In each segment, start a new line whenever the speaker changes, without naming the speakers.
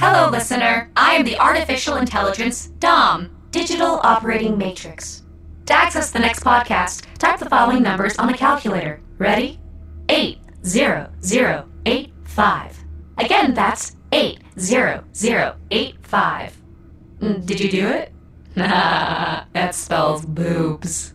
Hello, listener. I am the artificial intelligence, DOM, Digital Operating Matrix. To access the next podcast, type the following numbers on the calculator. Ready? 80085. Again, that's 80085. Mm, Did you do it? Nah, that spells boobs.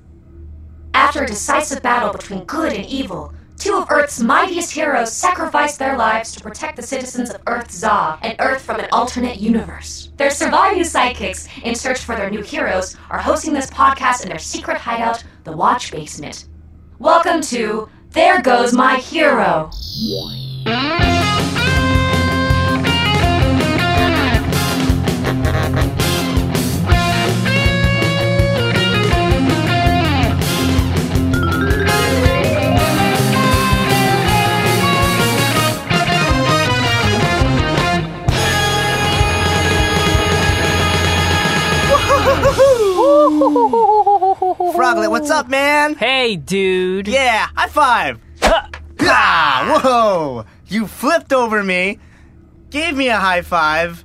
After a decisive battle between good and evil, two of Earth's mightiest heroes sacrificed their lives to protect the citizens of Earth Zog and Earth from an alternate universe. Their surviving sidekicks, in search for their new heroes, are hosting this podcast in their secret hideout, the Watch Basement. Welcome to There Goes My Hero.
Froglet, what's up, man?
Hey, dude.
Yeah, high five. Ah, whoa! You flipped over me, gave me a high five,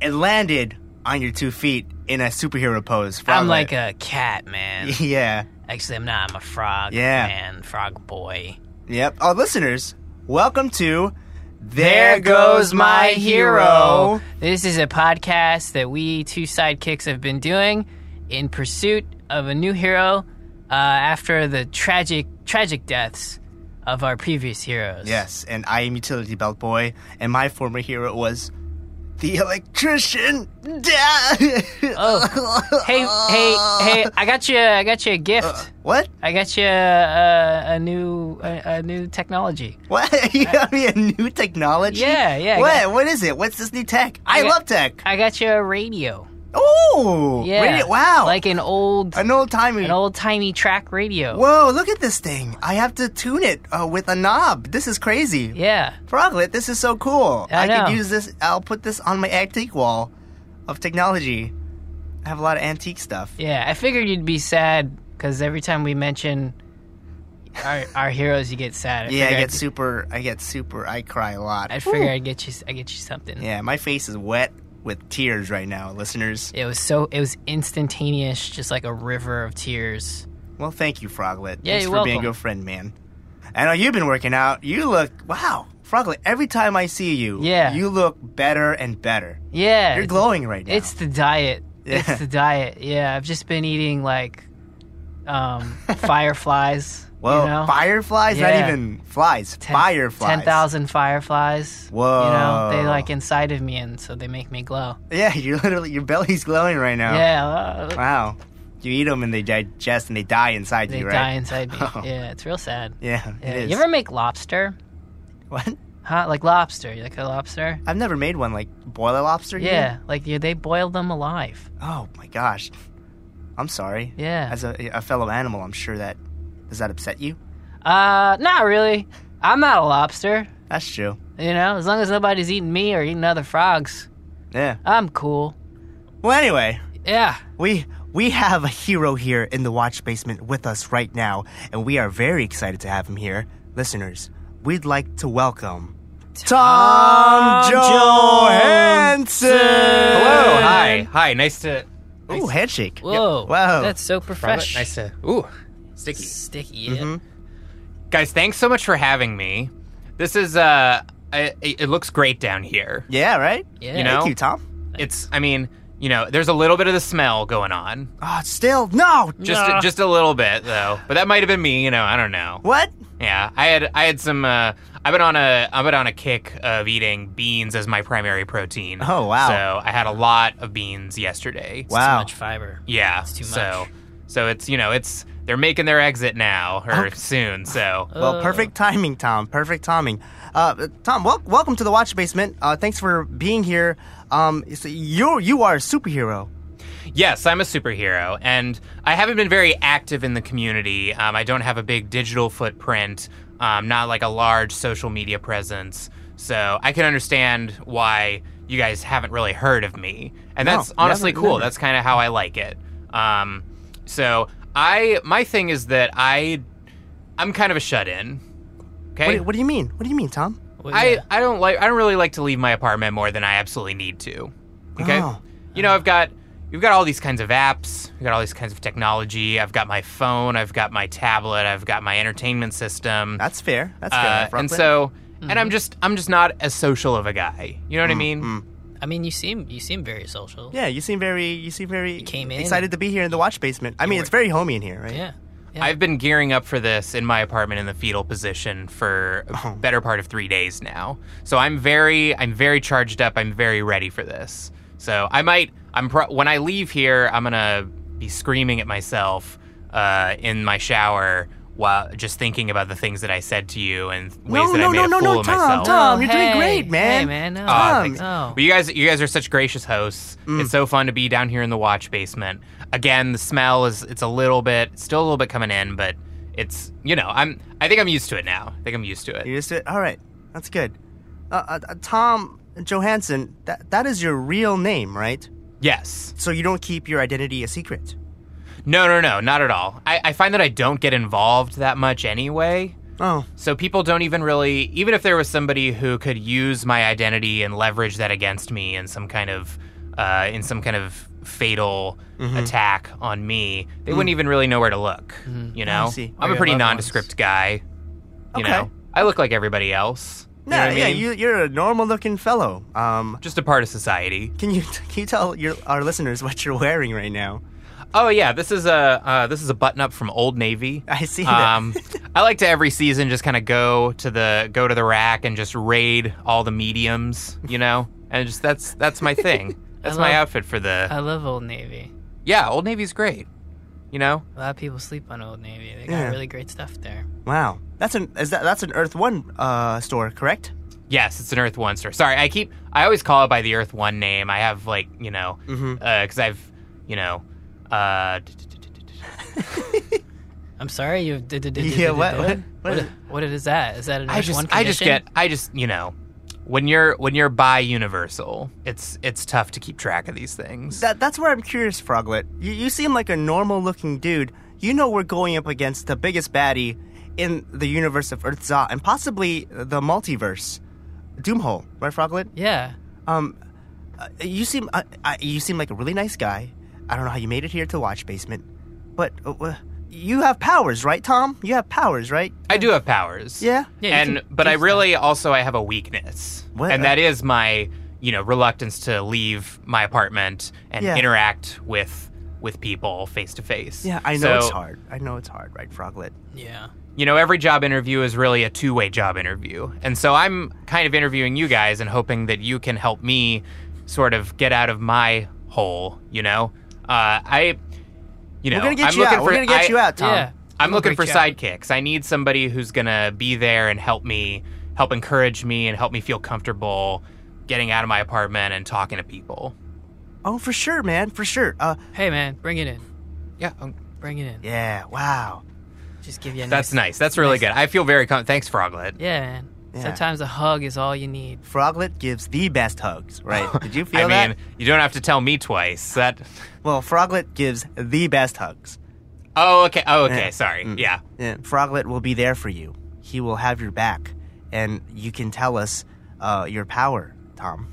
and landed on your two feet in a superhero pose. Froglet.
I'm like a cat, man.
yeah,
Actually, I'm not. I'm a frog.
Yeah.
Man, frog boy.
yep. Oh, listeners, welcome to
There goes my hero. This is a podcast that we two sidekicks have been doing in pursuit of a new hero uh, after the tragic, tragic deaths of our previous heroes.
Yes, and I am Utility Belt Boy, and my former hero was the electrician.
Oh. Hey, hey, hey! I got you. I got you a gift.
What?
I got you uh, a new, a, a new technology.
What? You got me a new technology?
Yeah, yeah, I
What?
got-
what is it? What's this new tech? I,
got-
love tech.
I got you a radio.
Oh,
Yeah.
radio- wow.
Like an old
an old timey.
an old timey track radio.
Whoa, look at this thing. I have to tune it uh, with a knob. This is crazy.
Yeah.
Froglet, this is so cool.
I know.
could use this. I'll put this on my antique wall of technology. I have a lot of antique stuff.
Yeah. I figured you'd be sad because every time we mention our our heroes you get sad. I
Yeah, I
figured
get super. I get super. I cry a lot.
I'd, I figure I'd get you I get you something.
yeah, my face is wet with tears right now, listeners.
It was so it was instantaneous, just like a river of tears.
Well, thank you, Froglet.
Yeah,
Thanks
you're
for being a
welcome.
good friend, man. I know you've been working out. You look wow, Froglet. Every time I see you,
Yeah.
you look better and better.
Yeah.
You're
it's-
glowing right now.
It's the diet.
Yeah.
It's the diet. Yeah, I've just been eating like um fireflies.
well,
you know?
fireflies, not
Yeah.
even flies.
Ten-
fireflies.
10,000 fireflies. You
Whoa.
know, they like inside of me and so they make me glow.
Yeah, you literally your belly's glowing right now.
Yeah, uh,
Wow. You eat them and they digest and they die inside
they
you,
die
right?
inside me.
Oh.
Yeah, it's real sad.
Yeah,
Yeah.
it is.
You ever make lobster?
What?
Huh? Like lobster. You like a lobster?
I've never made one like boil a lobster. you mean?
Yeah, like yeah, they boil them alive.
Oh my gosh. I'm sorry.
Yeah.
As a, a fellow animal, I'm sure that does that upset you?
Uh, not really. I'm not a lobster.
That's true.
You know, as long as nobody's eating me or eating other frogs,
Yeah.
I'm cool.
Well, anyway,
Yeah.
we we have a hero here in the watch basement with us right now, and we are very excited to have him here, listeners. We'd like to welcome Tom, Johansen.
Hello, hi, hi, nice to.
Ooh, handshake.
Whoa.
Wow.
That's so
Robert,
professional.
nice to. Ooh, sticky.
Sticky. Yeah.
Mm-hmm.
Guys, thanks so much for having me. This is uh, I, it it looks great down here.
Yeah, right.
Yeah.
You know?
Thank you, Tom.
It's, I mean, you know, there's a little bit of the smell going on,
Oh, still no.
just
Nah.
just a little bit though. But that might have been me, you know. I don't know.
What?
Yeah, I had I had some. Uh, I've been on a I've been on a kick of eating beans as my primary protein.
Oh, wow.
So I had a lot of beans yesterday.
It's
Wow.
Too much fiber.
Yeah.
It's too
So,
much.
so it's you know it's they're making their exit now
Oh.
or soon. So
Well,
Oh.
perfect timing, Tom. Perfect timing. Uh, Tom, wel- welcome to the Watch Basement. Uh, thanks for being here. Um, so you you are a superhero.
yes, I'm a superhero, and I haven't been very active in the community. Um, I don't have a big digital footprint. Um, not like a large social media presence. So I can understand why you guys haven't really heard of me, and
No,
that's honestly
never-
cool.
never.
That's kind of how I like it. Um, so I my thing is that I I'm kind of a shut in. Okay.
What, what do you mean? What do you mean, Tom?
What-
I,
yeah.
I don't like I don't really like to leave my apartment more than I absolutely need to. Okay?
Oh.
You know, I've got you've got all these kinds of apps, I've got all these kinds of technology, I've got my phone, I've got my tablet, I've got my entertainment system.
That's fair. That's fair.
Uh,
enough, Rockland.
and so and I'm just I'm just not as social of a guy. You know what I mean?
I mean, you seem you seem very social.
yeah, you seem very you seem very
came in.
excited to be here in the watch basement. I mean, it's very homey in here, right?
Yeah. Yeah.
I've been gearing up for this in my apartment in the fetal position for a
Oh.
better part of three days now. So I'm very, I'm very charged up. I'm very ready for this. So I might, I'm pro- when I leave here, I'm gonna be screaming at myself uh, in my shower while just thinking about the things that I said to you and ways
No,
that
no,
I made
no,
a
no,
fool
no,
of
Tom,
myself.
Tom. you're doing
Oh, hey,
great, man.
Hey, man. Oh. No.
Aw,
Tom.
thanks.
No.
Well, you guys, you guys are such gracious hosts. It's so fun to be down here in the watch basement. Again, the smell is—it's a little bit, still a little bit coming in, but it's you know, I'm—I think I'm used to it now. I think I'm used to it.
You just did- all right. That's good. Uh, uh, uh, Tom Johansson, that that is your real name, right?
Yes.
So you don't keep your identity a secret.
No, no, no, not at all. I, I find that I don't get involved that much anyway.
Oh,
So people don't even really, even if there was somebody who could use my identity and leverage that against me in some kind of, uh, in some kind of fatal
Mm-hmm.
attack on me, they wouldn't even really know where to look. You
Mm.
know,
Mm-hmm. see.
Or
I'm a
your
pretty
loved ones.
nondescript guy. You
Okay.
know, I look like everybody else. You
no,
know what I
yeah,
mean?
you, you're a normal-looking fellow. Um,
just a part of society.
can you can you tell your our listeners what you're wearing right now?
Oh yeah, this is a uh, this is a button up from Old Navy.
I see that.
Um, I like to every season just kind of go to the go to the rack and just raid all the mediums, you know, and just that's that's my thing. That's my
love-
outfit for the
uh,
I love Old Navy.
yeah. Old Navy's great, you know.
A lot of people sleep on Old Navy. They got
Yeah.
really great stuff there.
Wow, that's an is that that's an Earth One uh, store, correct?
Yes, it's an Earth One store. Sorry, I keep I always call it by the Earth One name. I have like you know because
Mm-hmm.
I've you know. Uh,
I'm sorry, you did did did
Yeah,
did-
what-
did-
what-
What,
what-
what is that? Is that an
I
Earth
just
one
I just
condition?
get I just you know when you're when you're by Universal, it's it's tough to keep track of these things.
That that's where I'm curious, Froglet. You you seem like a normal-looking dude. You know we're going up against the biggest baddie in the universe of Earthza and possibly the multiverse, Doomhole, right, Froglet?
Yeah.
Um, uh, you seem uh, I, you seem like a really nice guy. I don't know how you made it here to the Watch Basement, but uh, uh, you have powers, right, Tom? You have powers, right?
I do have powers.
Yeah.
Yeah, you
and
can
but
do
I
stuff.
really also I have a weakness,
What?
and that is my you know reluctance to leave my apartment and
Yeah.
interact with with people face to face.
Yeah, I know
So,
it's hard. I know it's hard, right, Froglet?
Yeah.
You know, every job interview is really a two way job interview, and so I'm kind of interviewing you guys and hoping that you can help me sort of get out of my hole. You know, uh, I. You know,
We're gonna get
I'm
you
looking
out.
for-
We're gonna get
I-
you out, Tom.
Yeah.
I'm looking
break
for
you out.
sidekicks. I need somebody who's gonna be there and help me, help encourage me, and help me feel comfortable getting out of my apartment and talking to people.
Oh, for sure, man, for sure. Uh,
Hey man, bring it in.
Yeah,
oh,
um,
Bring it in.
yeah. Wow.
Just give you a
that's
nice.
nice. That's really good. I feel very com- thanks, Froglet.
Yeah, man.
Yeah.
Sometimes a hug is all you need.
Froglet gives the best hugs, right? Did you feel
I mean,
that?
you don't have to tell me twice. That.
Well, Froglet gives the best hugs.
Oh, okay. Oh, okay.
Yeah. Mm.
Sorry. Yeah.
And Froglet will be there for you. He will have your back, and you can tell us uh, your power, Tom.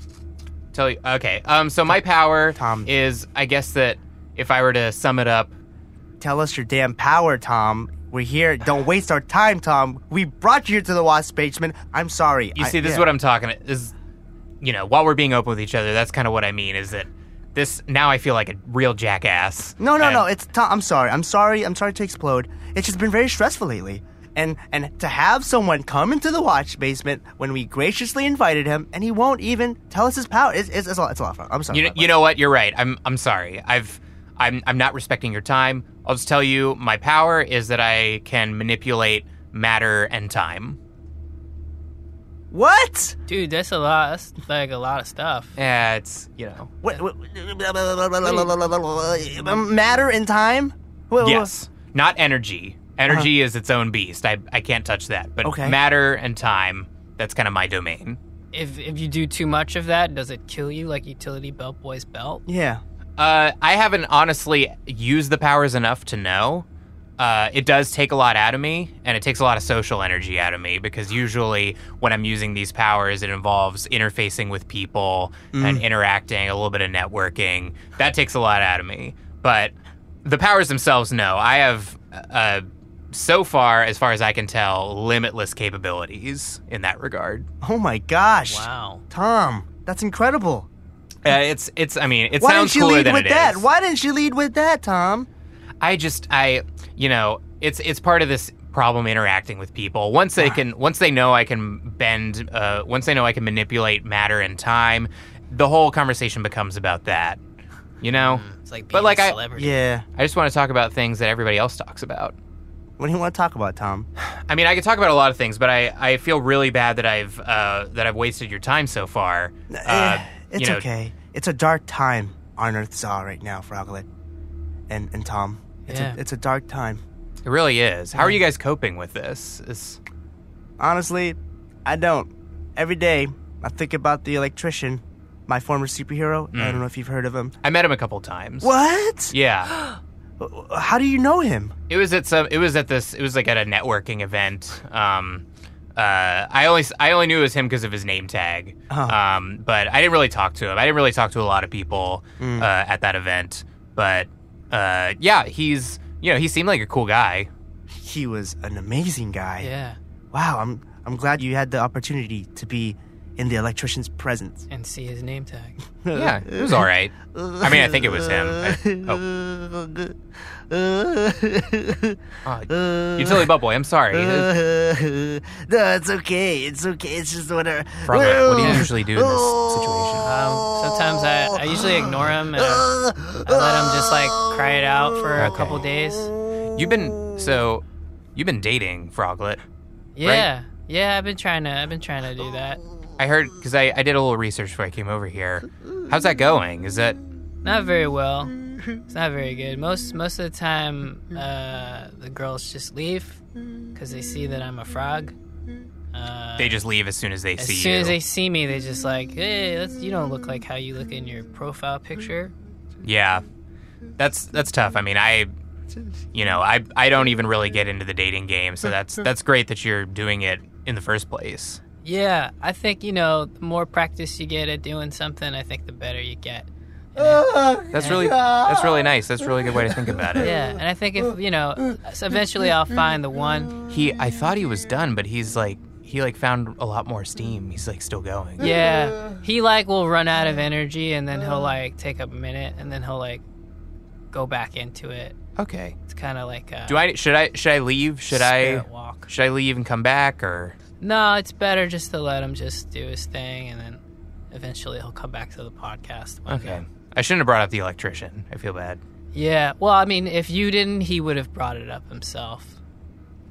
Tell you. Okay. Um. So my power
Tom.
is, I guess that if I were to sum it up,
Tell us your damn power, Tom. We're here. Don't waste our time, Tom. We brought you here to the Wasp Basement. I'm sorry.
You see, this is what I'm talking. Is you know, while we're being open with each other, that's kind of what I mean. Is that this now? I feel like a real jackass.
No, no,
And-
no. It's Tom. I'm sorry. I'm sorry. I'm sorry to explode. It's just been very stressful lately. And and to have someone come into the watch basement when we graciously invited him, and he won't even tell us his power. It's, it's, it's, a, lot, it's a lot of fun. I'm sorry.
You know, you know what? You're right. I'm I'm sorry. I've I'm I'm not respecting your time. I'll just tell you, my power is that I can manipulate matter and time.
what?
Dude, that's a lot. That's like a lot of stuff.
Yeah, it's you know.
what? what- um, Matter and time? What- what-
Mm. Yes, not energy. Energy is its own beast. I I can't touch that. But
Okay.
matter and time, that's kind of my domain.
If if you do too much of that, does it kill you like utility belt boy's belt?
Yeah.
Uh, I haven't honestly used the powers enough to know. uh, it does take a lot out of me, and it takes a lot of social energy out of me because usually when I'm using these powers, it involves interfacing with people
Mm.
and interacting, a little bit of networking. That takes a lot out of me. But the powers themselves, no. I have, uh, so far, as far as I can tell, limitless capabilities in that regard.
Oh my gosh.
Wow.
Tom, that's incredible.
Uh, it's, it's. I mean, it
Why
sounds
didn't you
cooler
lead
than
with
it
that?
is.
Why didn't you lead with that, Tom?
I just I you know it's it's part of this problem interacting with people. Once they can once they know I can bend uh, once they know I can manipulate matter and time, the whole conversation becomes about that. You know?
Hmm.
It's like being
But, like,
a
I-
celebrity.
Yeah.
I just want to talk about things that everybody else talks about.
What do you want to talk about, Tom?
I mean, I could talk about a lot of things, but I, I feel really bad that I've uh, that I've wasted your time so far. Uh,
Eh, it's
you know,
okay. It's a dark time on Earth's all right now, Froglet. And and Tom. It's
Yeah.
a it's a dark time.
It really is.
Mm.
How are you guys coping with this? It's,
Honestly, I don't. Every day I think about the electrician, my former superhero. I don't know if you've heard of him.
I met him a couple times.
What?
Mm. Yeah.
How do you know him?
It was at some. It was at this. It was like at a networking event. Um, uh, I only s- I only knew it was him because of his name tag.
Oh.
Um, but I didn't really talk to him. I didn't really talk to a lot of people uh, at that event. But uh, yeah, he's you know he seemed like a cool guy.
He was an amazing guy.
Yeah.
Wow, I'm I'm glad you had the opportunity to be in the electrician's presence.
And see his name tag.
Yeah, it was all right. I mean, I think it was him. I- oh, oh, utility bubble. I'm sorry. It-
no, it's okay. It's okay. It's just whatever. Oh.
Froglet, what do you usually do in this situation?
Um, sometimes I, I usually ignore him and I, I let him just like cry it out for a
Okay.
couple days.
You've been so you've been dating Froglet.
Yeah. Yeah, I've been trying to I've been trying to do that.
I heard because I, I did a little research before I came over here. How's that going? Is that
Not very well. It's not very good. Most most of the time uh, the girls just leave cuz they see that I'm a frog. Uh,
they just leave as soon as they
as
see
soon
you?
as they see me, they just like, "Hey, that's, you don't look like how you look in your profile picture."
yeah, that's that's tough. I mean, I you know I I don't even really get into the dating game, so that's that's great that you're doing it in the first place.
Yeah, I think you know the more practice you get at doing something, I think the better you get.
That's really that's really nice. That's a really good way to think about it.
Yeah, and I think if you know, so eventually I'll find the one.
He I thought he was done, but he's like he like found a lot more steam. He's like still going.
Yeah, he like will run out of energy, and then he'll like take a minute, and then he'll like go back into it.
Okay.
It's kind of like a
Do I should I should I leave? Should I
spirit walk?
should I leave and come back or?
No, it's better just to let him just do his thing, and then eventually he'll come back to the podcast. one
Okay.
day.
I shouldn't have brought up the electrician. I feel bad.
Yeah. Well, I mean, if you didn't, he would have brought it up himself.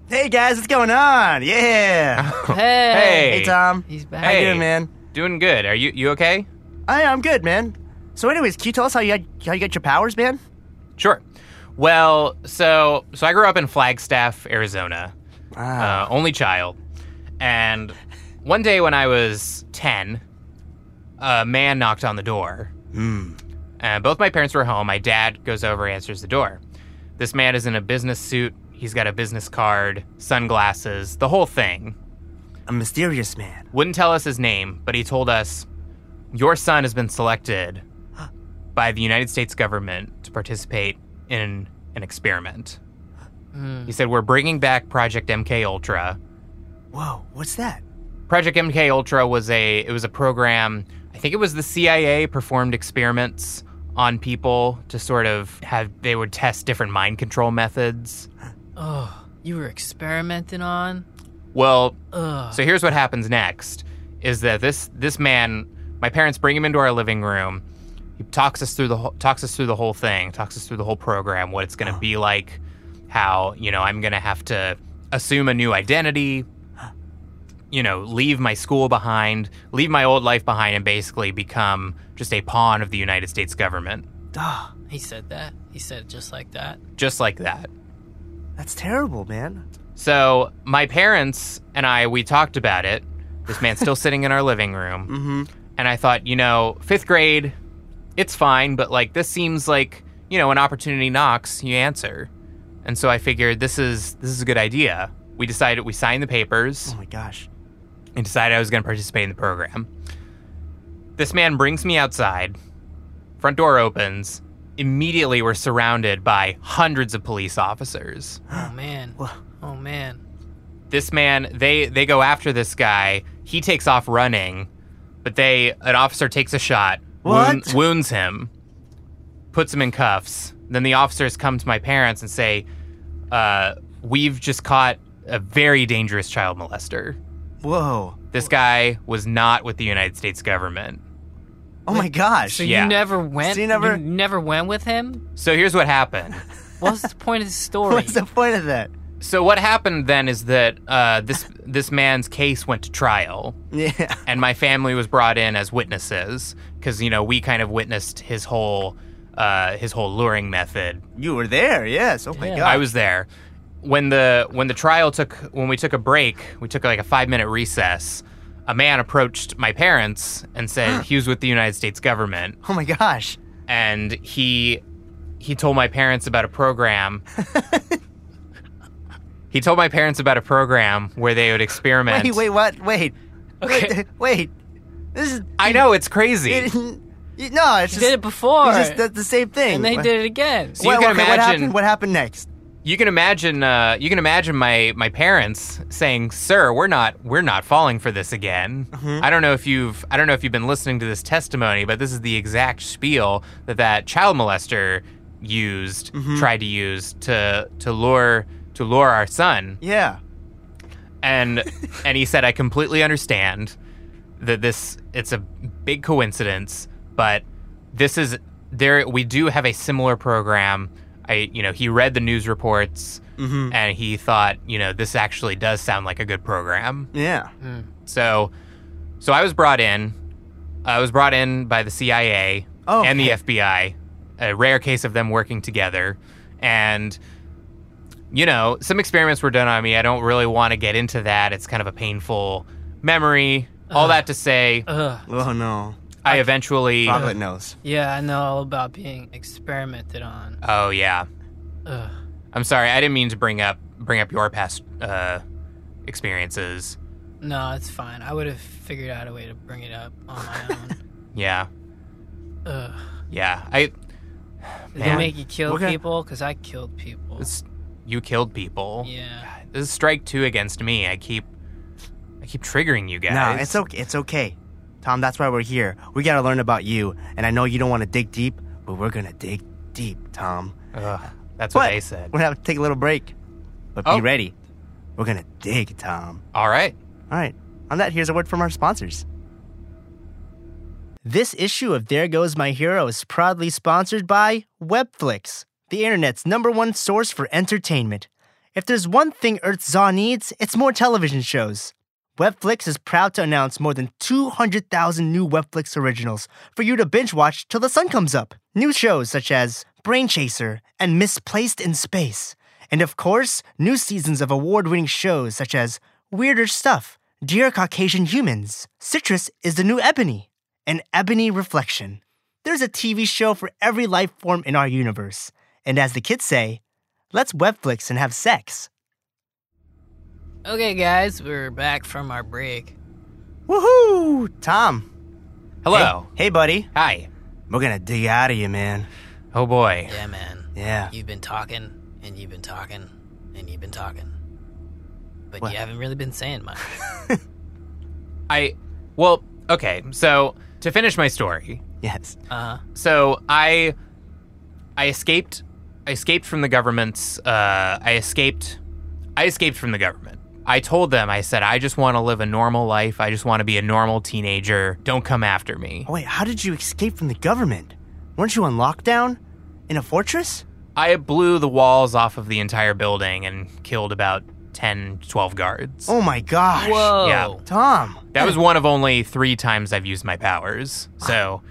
Hey guys, what's going on? Yeah.
Hey.
Hey, Tom.
He's back.
How you
Hey.
doing, man?
Doing good. Are you you okay?
I I'm good, man. So, anyways, can you tell us how you got, how you got your powers, man?
Sure. Well, so so I grew up in Flagstaff, Arizona.
Ah.
Uh, only child. And one day when I was 10, a man knocked on the door.
Hmm.
Uh, both my parents were home. My dad goes over, answers the door. This man is in a business suit. He's got a business card, sunglasses, the whole thing.
a mysterious man.
wouldn't tell us his name, but he told us, Your son has been selected by the United States government to participate in an experiment.
Hmm.
He said, We're bringing back Project MK Ultra.
Whoa, what's that?
Project MK Ultra was a it was a program. I think it was the CIA performed experiments on people to sort of have they would test different mind control methods.
Oh, you were experimenting on.
Well,
Ugh.
So here's what happens next: is that this this man, my parents bring him into our living room. He talks us through the whole, talks us through the whole thing, talks us through the whole program, what it's going to be like, how you know I'm going to have to assume a new identity, you know, leave my school behind, leave my old life behind, and basically become just a pawn of the United States government,
Duh,
he said that. He said it just like that.
just like that.
that's terrible, man.
So my parents and I, we talked about it. This man's still sitting in our living room.
Mm-hmm.
and I thought, you know, fifth grade, it's fine, but like this seems like, you know, an opportunity knocks, you answer. and so I figured this is this is a good idea. We decided we signed the papers
Oh my gosh.
and decided I was going to participate in the program. This man brings me outside. Front door opens. Immediately, we're surrounded by hundreds of police officers.
Oh man. Oh man.
this man they they go after this guy he takes off running but they an officer takes a shot wound-
What?
wounds him puts him in cuffs then the officers come to my parents and say uh, we've just caught a very dangerous child molester
Whoa.
this guy was not with the united states government
Oh my gosh.
So
Yeah.
you never went.
So you never-
never went with him.
so here's what happened
What's the point of the story?
What's the point of that?
so what happened then is that uh, this this man's case went to trial
Yeah.
and my family was brought in as witnesses because you know we kind of witnessed his whole uh, his whole luring method.
You were there, yes. Oh my
Yeah.
gosh.
I was there when the when the trial took when we took a break. We took like a five minute recess. A man approached my parents and said he was with the United States government,
Oh my gosh.
and he he told my parents about a program. he told my parents about a program where they would experiment.
Wait, wait, what? Wait.
Okay.
Wait. wait. This is.
I know it's crazy.
It, it- no, it's just.
He did it before,
it's just that's the same thing.
and they
What-
did it again.
you
what,
can
okay, what
imagine-
happened? What happened next?
you can imagine uh, you can imagine my my parents saying sir we're not we're not falling for this again i don't know if you've i don't know if you've been listening to this testimony but this is the exact spiel that that child molester used tried to use to to lure to lure our son
Yeah.
and and he said I completely understand that this it's a big coincidence, but this is there we do have a similar program. I you know, he read the news reports and he thought, you know, this actually does sound like a good program.
Yeah.
Hmm. So so I was brought in. uh, I was brought in by the CIA
Oh,
and the
okay.
FBI. A rare case of them working together. And you know, some experiments were done on me. I don't really want to get into that. It's kind of a painful memory. All that to say,
Ugh.
Oh no.
I eventually
Chocolate nose.
Yeah, I know all about being experimented on.
Oh yeah.
Ugh.
I'm sorry. I didn't mean to bring up bring up your past uh experiences.
No, it's fine. I would have figured out a way to bring it up on my own.
Yeah.
Ugh.
Yeah. I
Did
Man.
they make you kill
What kind-
people? Because I killed people.
it's, you killed people.
yeah.
This is strike two against me. I keep, I keep triggering you guys.
No, it's okay. It's okay. Tom, that's why we're here. We gotta learn about you, and I know you don't want to dig deep, but we're gonna dig deep, Tom.
Ugh, that's what
But
they said.
We're gonna have to take a little break, but be
Oh.
ready. We're gonna dig, Tom.
All right.
All right. On that, here's a word from our sponsors. This issue of There Goes My Hero is proudly sponsored by Webflix, the internet's number one source for entertainment. If there's one thing Earth's Zaw needs, it's more television shows. Webflix is proud to announce more than 200,000 new Webflix originals for you to binge watch till the sun comes up. New shows such as Brain Chaser and Misplaced in Space. And of course, new seasons of award winning shows such as Weirder Stuff, Dear Caucasian Humans, Citrus is the New Ebony, and Ebony Reflection. There's a TV show for every life form in our universe. And as the kids say, let's Webflix and have sex.
Okay, guys, we're back from our break.
Woohoo! Tom.
Hello.
Hey, hey, buddy.
Hi.
We're gonna dig out of you, man.
Oh boy.
Yeah, man.
Yeah.
You've been talking, and you've been talking, and you've been talking. But
What?
you haven't really been saying much.
I. Well. Okay. So to finish my story.
Yes.
Uh,
So I. I escaped. I escaped from the government's. Uh, I escaped. I escaped from the government. I told them. I said, I just want to live a normal life. I just want to be a normal teenager. Don't come after me.
Oh, wait, how did you escape from the government? Weren't you on lockdown? In a fortress?
I blew the walls off of the entire building and killed about 10, 12 guards.
Oh my gosh.
whoa.
yeah.
Tom.
That was one of only three times I've used my powers. So,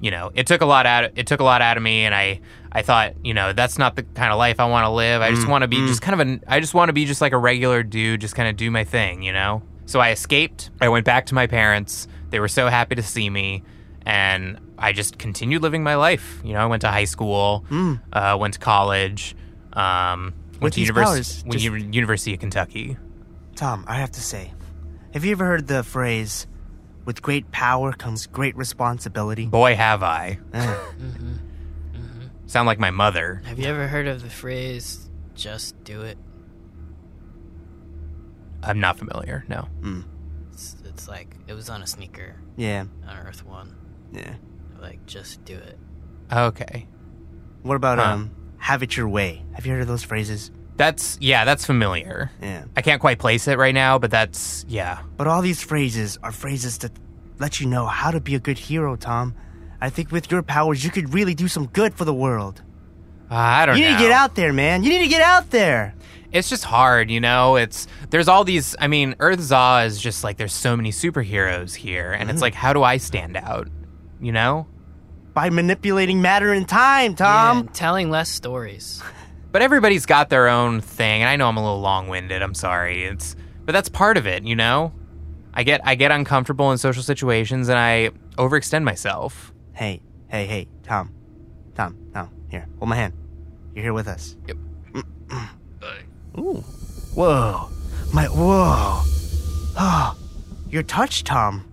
you know, it took a lot out. It took a lot out of me, and I, I thought, you know, that's not the kind of life I want to live. I just
Mm,
want to be just kind of an. I just want to be just like a regular dude, just kind of do my thing, you know. So I escaped. I went back to my parents. They were so happy to see me, and I just continued living my life. You know, I went to high school, uh, went to college, um,
Mm. with
to
these
univers-
powers.
went
Just-
to Uni- University of Kentucky.
Tom, I have to say, have you ever heard the phrase, with great power comes great responsibility?
Boy, have I.
Eh.
Sound like my mother.
Have you ever heard of the phrase "just do it"?
I'm not familiar. No.
It's, it's like it was on a sneaker
yeah,
on Earth One.
yeah.
Like just do it.
Okay.
What about,
Huh.
um, have it your way? Have you heard of those phrases?
That's yeah. That's familiar.
Yeah.
I can't quite place it right now, but that's yeah.
But all these phrases are phrases that let you know how to be a good hero, Tom. I think with your powers, you could really do some good for the world.
Uh, I don't
You
know.
need to get out there, man. You need to get out there.
It's just hard, you know. It's there's all these. I mean, Earth Zaw is just like there's so many superheroes here, and
Mm-hmm.
it's like how do I stand out? You know.
By manipulating matter and time, Tom.
Yeah, telling less stories.
But everybody's got their own thing, and I know I'm a little long-winded. I'm sorry. It's but that's part of it, you know. I get I get uncomfortable in social situations, and I overextend myself.
Hey, hey, hey, Tom. Tom, Tom, here. Hold my hand. You're here with us.
Yep.
Ooh. Whoa. My, whoa. Oh, your touch, Tom.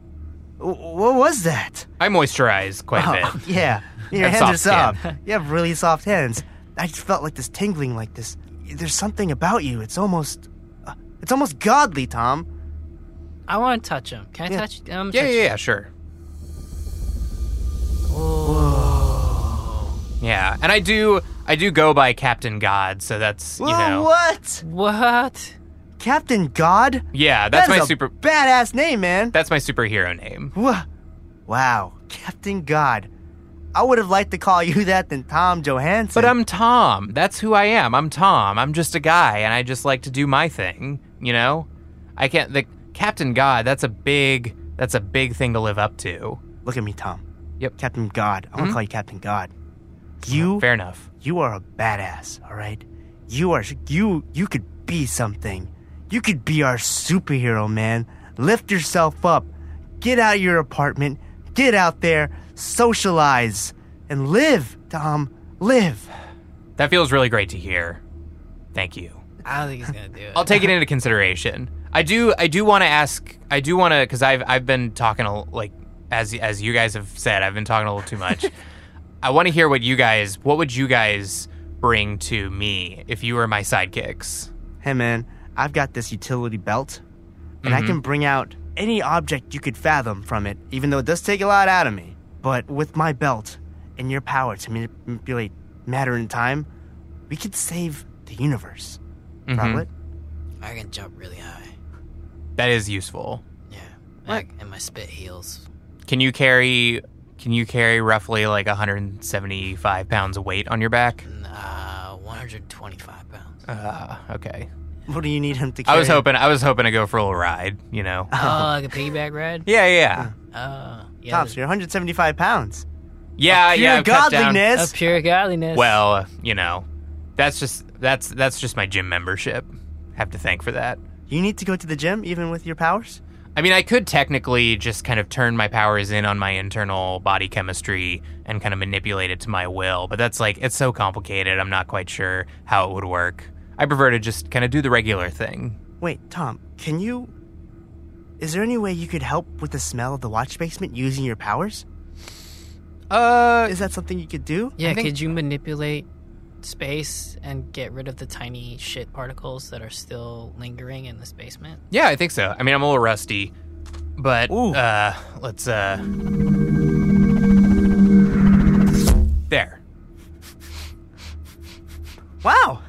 W- what was that?
I moisturize quite a
Oh,
bit.
yeah. Your
And
hands are
soft
soft. you have really soft hands. I just felt like this tingling, like this. There's something about you. It's almost, uh, it's almost godly, Tom.
I want to touch him. Can I
Yeah.
touch? Um,
Yeah,
touch
yeah, yeah, sure. Yeah, and I do I do go by Captain God, so that's
Whoa,
you know
what?
What?
Captain God?
yeah, that's
That is
my
a
super
badass name, man.
that's my superhero name.
Wha- Wow, Captain God. I would have liked to call you that than Tom Johansson.
But I'm Tom. That's who I am. I'm Tom. I'm just a guy, and I just like to do my thing. You know, I can't. The Captain God. That's a big. That's a big thing to live up to.
Look at me, Tom.
Yep. Mm-hmm.
Captain God. I want to call you Captain God. You
Fair enough.
you are a badass, all right? You are you you could be something. You could be our superhero, man. Lift yourself up. Get out of your apartment. Get out there, socialize and live, Tom. Live.
That feels really great to hear. Thank you.
I don't think he's gonna do it.
I'll take it into consideration. I do. I do want to ask. I do want to because I've I've been talking a, like as as you guys have said. I've been talking a little too much. I want to hear what you guys. What would you guys bring to me if you were my sidekicks?
hey man, I've got this utility belt, and
Mm-hmm.
I can bring out any object you could fathom from it, even though it does take a lot out of me. But with my belt and your power to manip- manipulate matter and time, we could save the universe.
Mm-hmm.
Probably.
I can jump really high.
That is useful.
Yeah.
What?
And my spit heals.
Can you carry? Can you carry roughly like 175 pounds of weight on your back?
Uh, 125 pounds.
Uh, okay.
What do you need him to carry?
I was hoping. I was hoping to go for a little ride. You know.
Oh, like a piggyback ride?
Yeah, yeah,
Uh, yeah.
Tops, you're 175 pounds.
yeah, yeah.
Pure
I've cut down-
a
godliness.
pure godliness.
Well, you know, that's just that's that's just my gym membership. Have to thank for that.
You need to go to the gym even with your powers?
I mean, I could technically just kind of turn my powers in on my internal body chemistry and kind of manipulate it to my will, but that's like it's so complicated. I'm not quite sure how it would work. I prefer to just kind of do the regular thing.
Wait, Tom, can you. Is there any way you could help with the smell of the watch basement using your powers?
Uh,
Is that something you could do?
yeah,
I think-
could you manipulate space and get rid of the tiny shit particles that are still lingering in this basement?
yeah, I think so. I mean, I'm a little rusty, but
Ooh.
uh, let's uh, there.
Wow.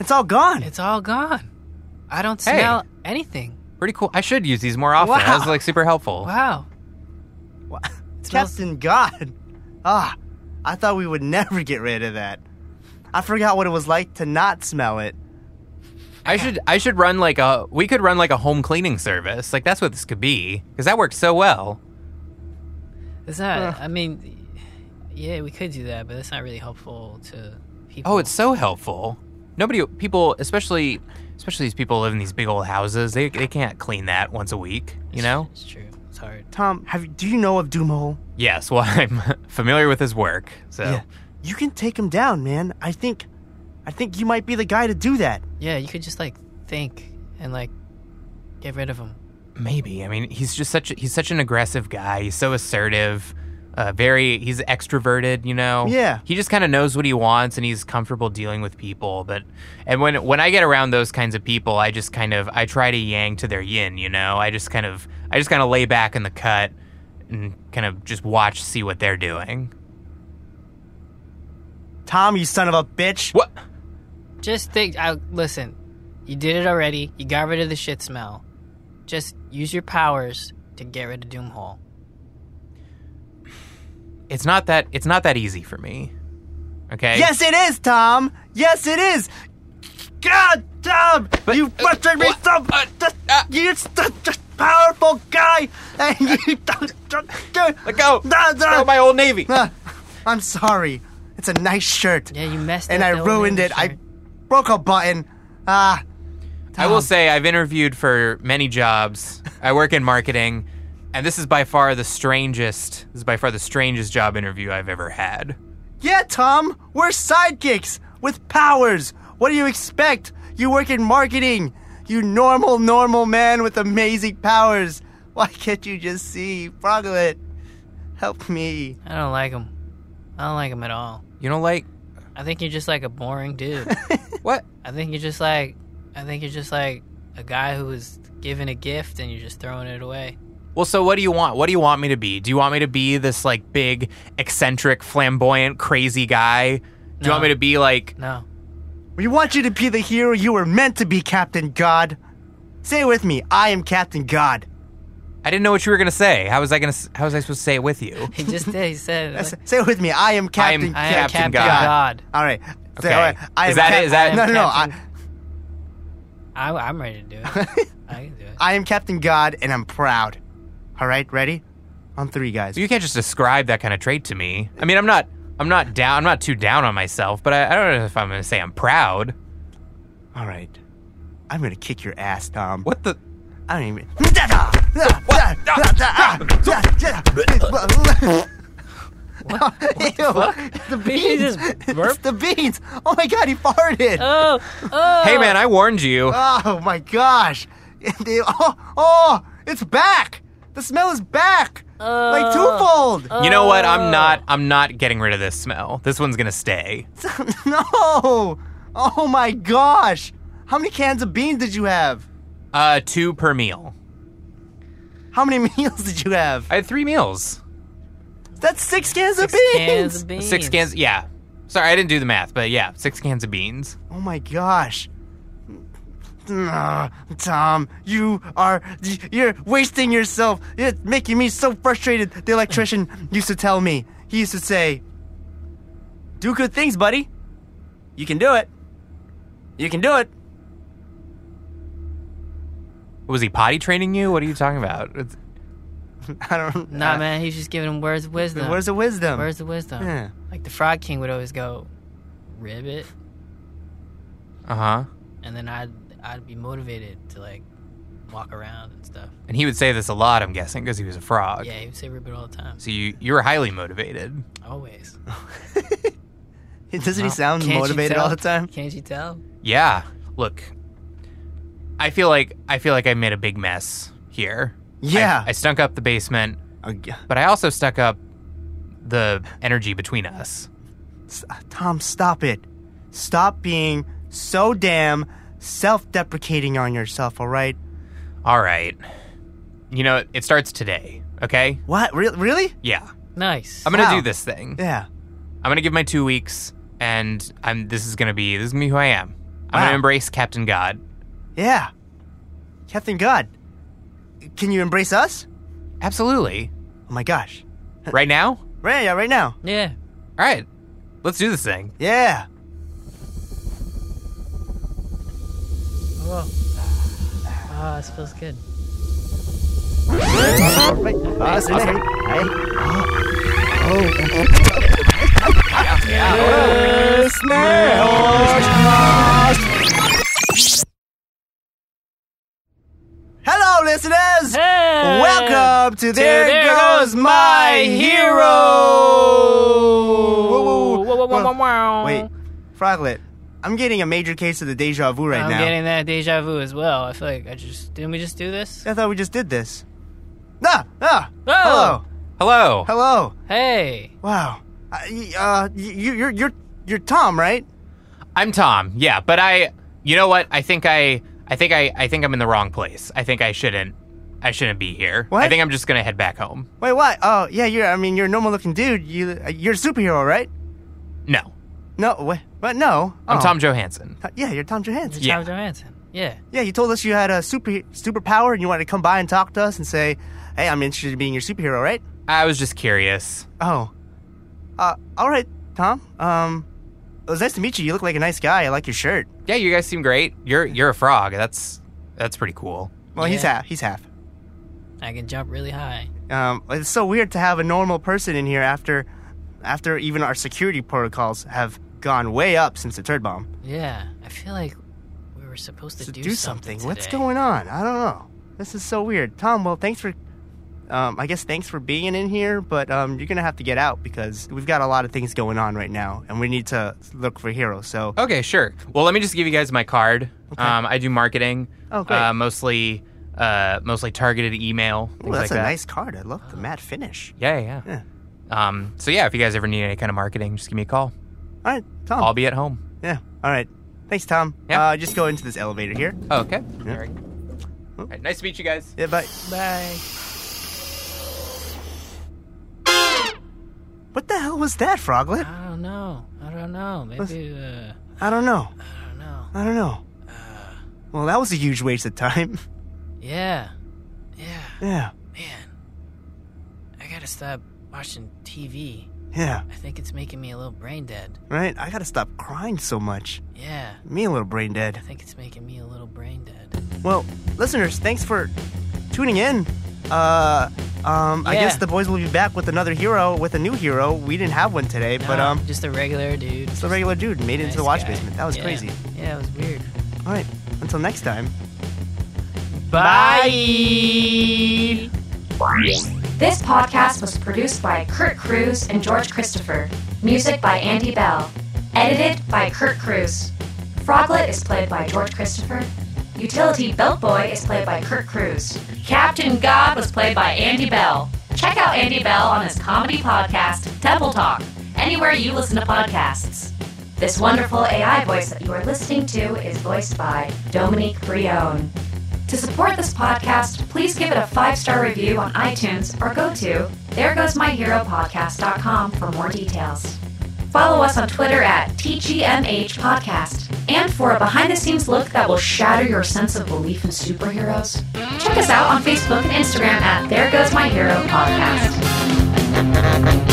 It's all gone.
It's all gone. I don't
Hey.
smell anything.
Pretty cool. I should use these more often. That was
Wow.
like super helpful.
Wow.
Wha-
smells-
Captain God. Ah, I thought we would never get rid of that. I forgot what it was like to not smell it.
I should I should run like a we could run like a home cleaning service. Like that's what this could be because that worked so well.
Is that? I mean, yeah, we could do that, but that's not really helpful to people.
Oh, it's so helpful. Nobody people especially especially these people who live in these big old houses. They they can't clean that once a week, you know?
It's true. It's hard.
Tom, have you, do you know of Doomhole?
Yes, well I'm familiar with his work. So
You can take him down, man. I think I think you might be the guy to do that.
Yeah, you could just like think and like get rid of him.
Maybe. I mean, he's just such a, he's such an aggressive guy. He's so assertive. Uh, very he's extroverted, you know.
Yeah.
He just kind of knows what he wants and he's comfortable dealing with people, but and when when I get around those kinds of people, I just kind of I try to yang to their yin, you know. I just kind of I just kind of lay back in the cut and kind of just watch see what they're doing.
Tom, you son of a bitch.
What?
Just think. I listen. You did it already. You got rid of the shit smell. Just use your powers to get rid of Doomhole.
It's not that it's not that easy for me. Okay?
Yes, it is, Tom. Yes, it is. God, Tom, you frustrate me
uh,
so.
what? Uh,
just,
uh,
you're such a powerful guy, and you don't. don't do-
Uh, Let go.
No, no.
Throw my old navy.
Ah, I'm sorry. It's a nice shirt,
Yeah, you messed
and
up.
I
the old
ruined
lady's
it. I
shirt.
broke a button. Ah,
I will say I've interviewed for many jobs. I work in marketing, and this is by far the strangest. This is by far the strangest job interview I've ever had.
yeah, Tom. We're sidekicks with powers. What do you expect? You work in marketing. You normal, normal man with amazing powers. Why can't you just see Froglet? Help me.
I don't like him. I don't like him at all.
You know, like
I think you're just like a boring dude.
what?
I think you're just like. I think you're just like a guy who was given a gift and you're just throwing it away.
Well, so what do you want? What do you want me to be? Do you want me to be this like big, eccentric, flamboyant, crazy guy? Do you
No.
want me to be like?
No.
We want you to be the hero you were meant to be, Captain God. Say it with me. I am Captain God.
I didn't know what you were gonna say. How was I gonna? s- How was I supposed to say it with you?
He just did. He said.
S- Say it with me. I am Captain.
I am
Captain
Captain, God.
God.
all right. Say,
Okay.
all right. I
Is
am
that
Cap-
it? Is that-
no, no, no.
Captain-
I,
I, I'm ready to do it. I can do it.
I am Captain God, and I'm proud. All right, ready? On three, guys.
You can't just describe that kind of trait to me. I mean, I'm not. I'm not down. I'm not too down on myself, but I, I don't know if I'm gonna say I'm proud.
All right. I'm gonna kick your ass, Tom.
What the?
I don't even. What? the
He
beans.
just
It's
burped.
the beans. Oh my god, he farted.
Oh, oh.
Hey, man, I warned you.
Oh my gosh! They- oh, oh, it's back. The smell is back,
Uh.
like twofold.
You know what?
Oh.
I'm not. I'm not getting rid of this smell. This one's gonna stay.
no! Oh my gosh! How many cans of beans did you have?
Uh, two per meal.
How many meals did you have?
I had three meals.
That's six cans of
Six
beans.
cans of beans.
Six cans. Yeah. Sorry, I didn't do the math, but yeah, six cans of beans.
Oh my gosh! Ugh, Tom, you are you're wasting yourself. It's making me so frustrated. The electrician used to tell me. He used to say, "Do good things, buddy. You can do it. You can do it."
Was he potty training you? What are you talking about? It's-
I don't.
Nah,
uh,
man. He's just giving him words of wisdom.
Where's the wisdom?
Where's the wisdom?
Yeah.
Like the Frog King would always go, ribbit,
Uh huh.
and then I'd I'd be motivated to like walk around and stuff.
And he would say this a lot, I'm guessing, because he was a frog.
Yeah, he would say ribbit all the time.
So you you were highly motivated.
Always.
Doesn't he sound
Can't you
motivated
tell?
all the time?
Can't you tell?
Yeah. Look, I feel like I feel like I made a big mess here.
Yeah.
I, I stunk up the basement,
Ag-
but I also stuck up the energy between us.
S- uh, Tom, stop it. Stop being so damn self-deprecating on yourself. All right.
All right. You know, it starts today. Okay.
What? Re- really?
Yeah.
Nice.
I'm gonna
Wow.
do this thing.
Yeah.
I'm gonna give my two weeks, and I'm. This is gonna be. This is gonna be who I am. I'm
Wow.
gonna embrace Captain God.
Yeah. Captain God, can you embrace us?
Absolutely.
Oh my gosh.
Right now. All
Right, yeah, right now.
yeah.
right. Let's do this thing.
Yeah.
Whoa. Ah, this feels good.
Right. Awesome. Hello, listeners. Welcome to There,
There
Goes
Goes
My
My
Hero.
Hero. Whoa, whoa, whoa, whoa, whoa, whoa.
Wait, Froglet, I'm getting a major case of the deja vu right
I'm
now.
getting that deja vu as well. I feel like I just didn't we just do this?
I thought we just did this. Ah, ah,
Oh.
hello,
Hello.
hello.
Hey,
Wow. Uh, y- uh, y- you, you're you're you're Tom, right?
I'm Tom. Yeah, but I you know what? I think I I think I I think I'm in the wrong place. I think I shouldn't I shouldn't be here.
What?
I think I'm just going to head back home.
Wait, what? Oh, yeah. You're. I mean, you're a normal-looking dude. You, uh, you're a superhero, right?
No.
No, what? But no.
I'm
Oh.
Tom Johansson.
T- Yeah, you're Tom Johansson.
Yeah.
Tom Johansson. Yeah.
Yeah, you told us you had a super superpower and you wanted to come by and talk to us and say, "Hey, I'm interested in being your superhero," right?
I was just curious.
Oh. Uh, all right, Tom. Um, it was nice to meet you. You look like a nice guy. I like your shirt.
Yeah, you guys seem great. You're you're a frog. That's that's pretty cool.
Well, he's
Yeah.
half. He's half.
I can jump really high.
Um, it's so weird to have a normal person in here after, after even our security protocols have gone way up since the turd bomb.
Yeah. I feel like we were supposed to
So
do,
do something. What's
today.
going on? I don't know. This is so weird. Tom, well, thanks for. Um, I guess thanks for being in here, but um, you're gonna have to get out because we've got a lot of things going on right now, and we need to look for heroes. So,
Okay, sure. Well, let me just give you guys my card.
Okay.
Um, I do marketing.
Oh, great.
Uh, mostly, uh, mostly targeted email.
Ooh,
Things
that's
like
a
that.
nice card. I love the matte finish.
Yeah, yeah.
Yeah.
Um, so yeah, if you guys ever need any kind of marketing, just give me a call.
All right, Tom.
I'll be at home.
yeah. All right. Thanks, Tom.
Yeah.
Uh, just go into this elevator here.
Oh, okay. All right.
Oh.
All right. Nice to meet you guys.
Yeah. Bye.
Bye.
What the hell was that, Froglet?
I don't know. I don't know. Maybe. Uh,
I don't know.
I don't know.
I don't know. Well, that was a huge waste of time.
Yeah. Yeah.
yeah.
Man. I gotta stop watching TV.
Yeah.
I think it's making me a little brain dead.
Right. I gotta stop crying so much.
Yeah.
Me a little brain dead.
I think it's making me a little brain dead.
Well, listeners, thanks for tuning in. Uh, um, I
Yeah.
guess the boys will be back with another hero, with a new hero. We didn't have one today, but
No,
um,
just a regular dude.
it's a regular dude made it into the watch basement. That was crazy.
Yeah, it was weird.
All right, until next time.
Bye.
This podcast was produced by Kurt Cruz and George Christopher. Music by Andy Bell. Edited by Kurt Cruz. Froglet is played by George Christopher. Utility Belt Boy is played by Kurt Cruz. Captain God was played by Andy Bell. Check out Andy Bell on his comedy podcast, Temple Talk, anywhere you listen to podcasts. This wonderful AI voice that you are listening to is voiced by Dominique Brion. To support this podcast, please give it a five star review on iTunes or go to theregoesmyheropodcast.com for more details. Follow us on Twitter at TGMH Podcast. And for a behind the scenes look that will shatter your sense of belief in superheroes, check us out on Facebook and Instagram at There Goes My Hero Podcast.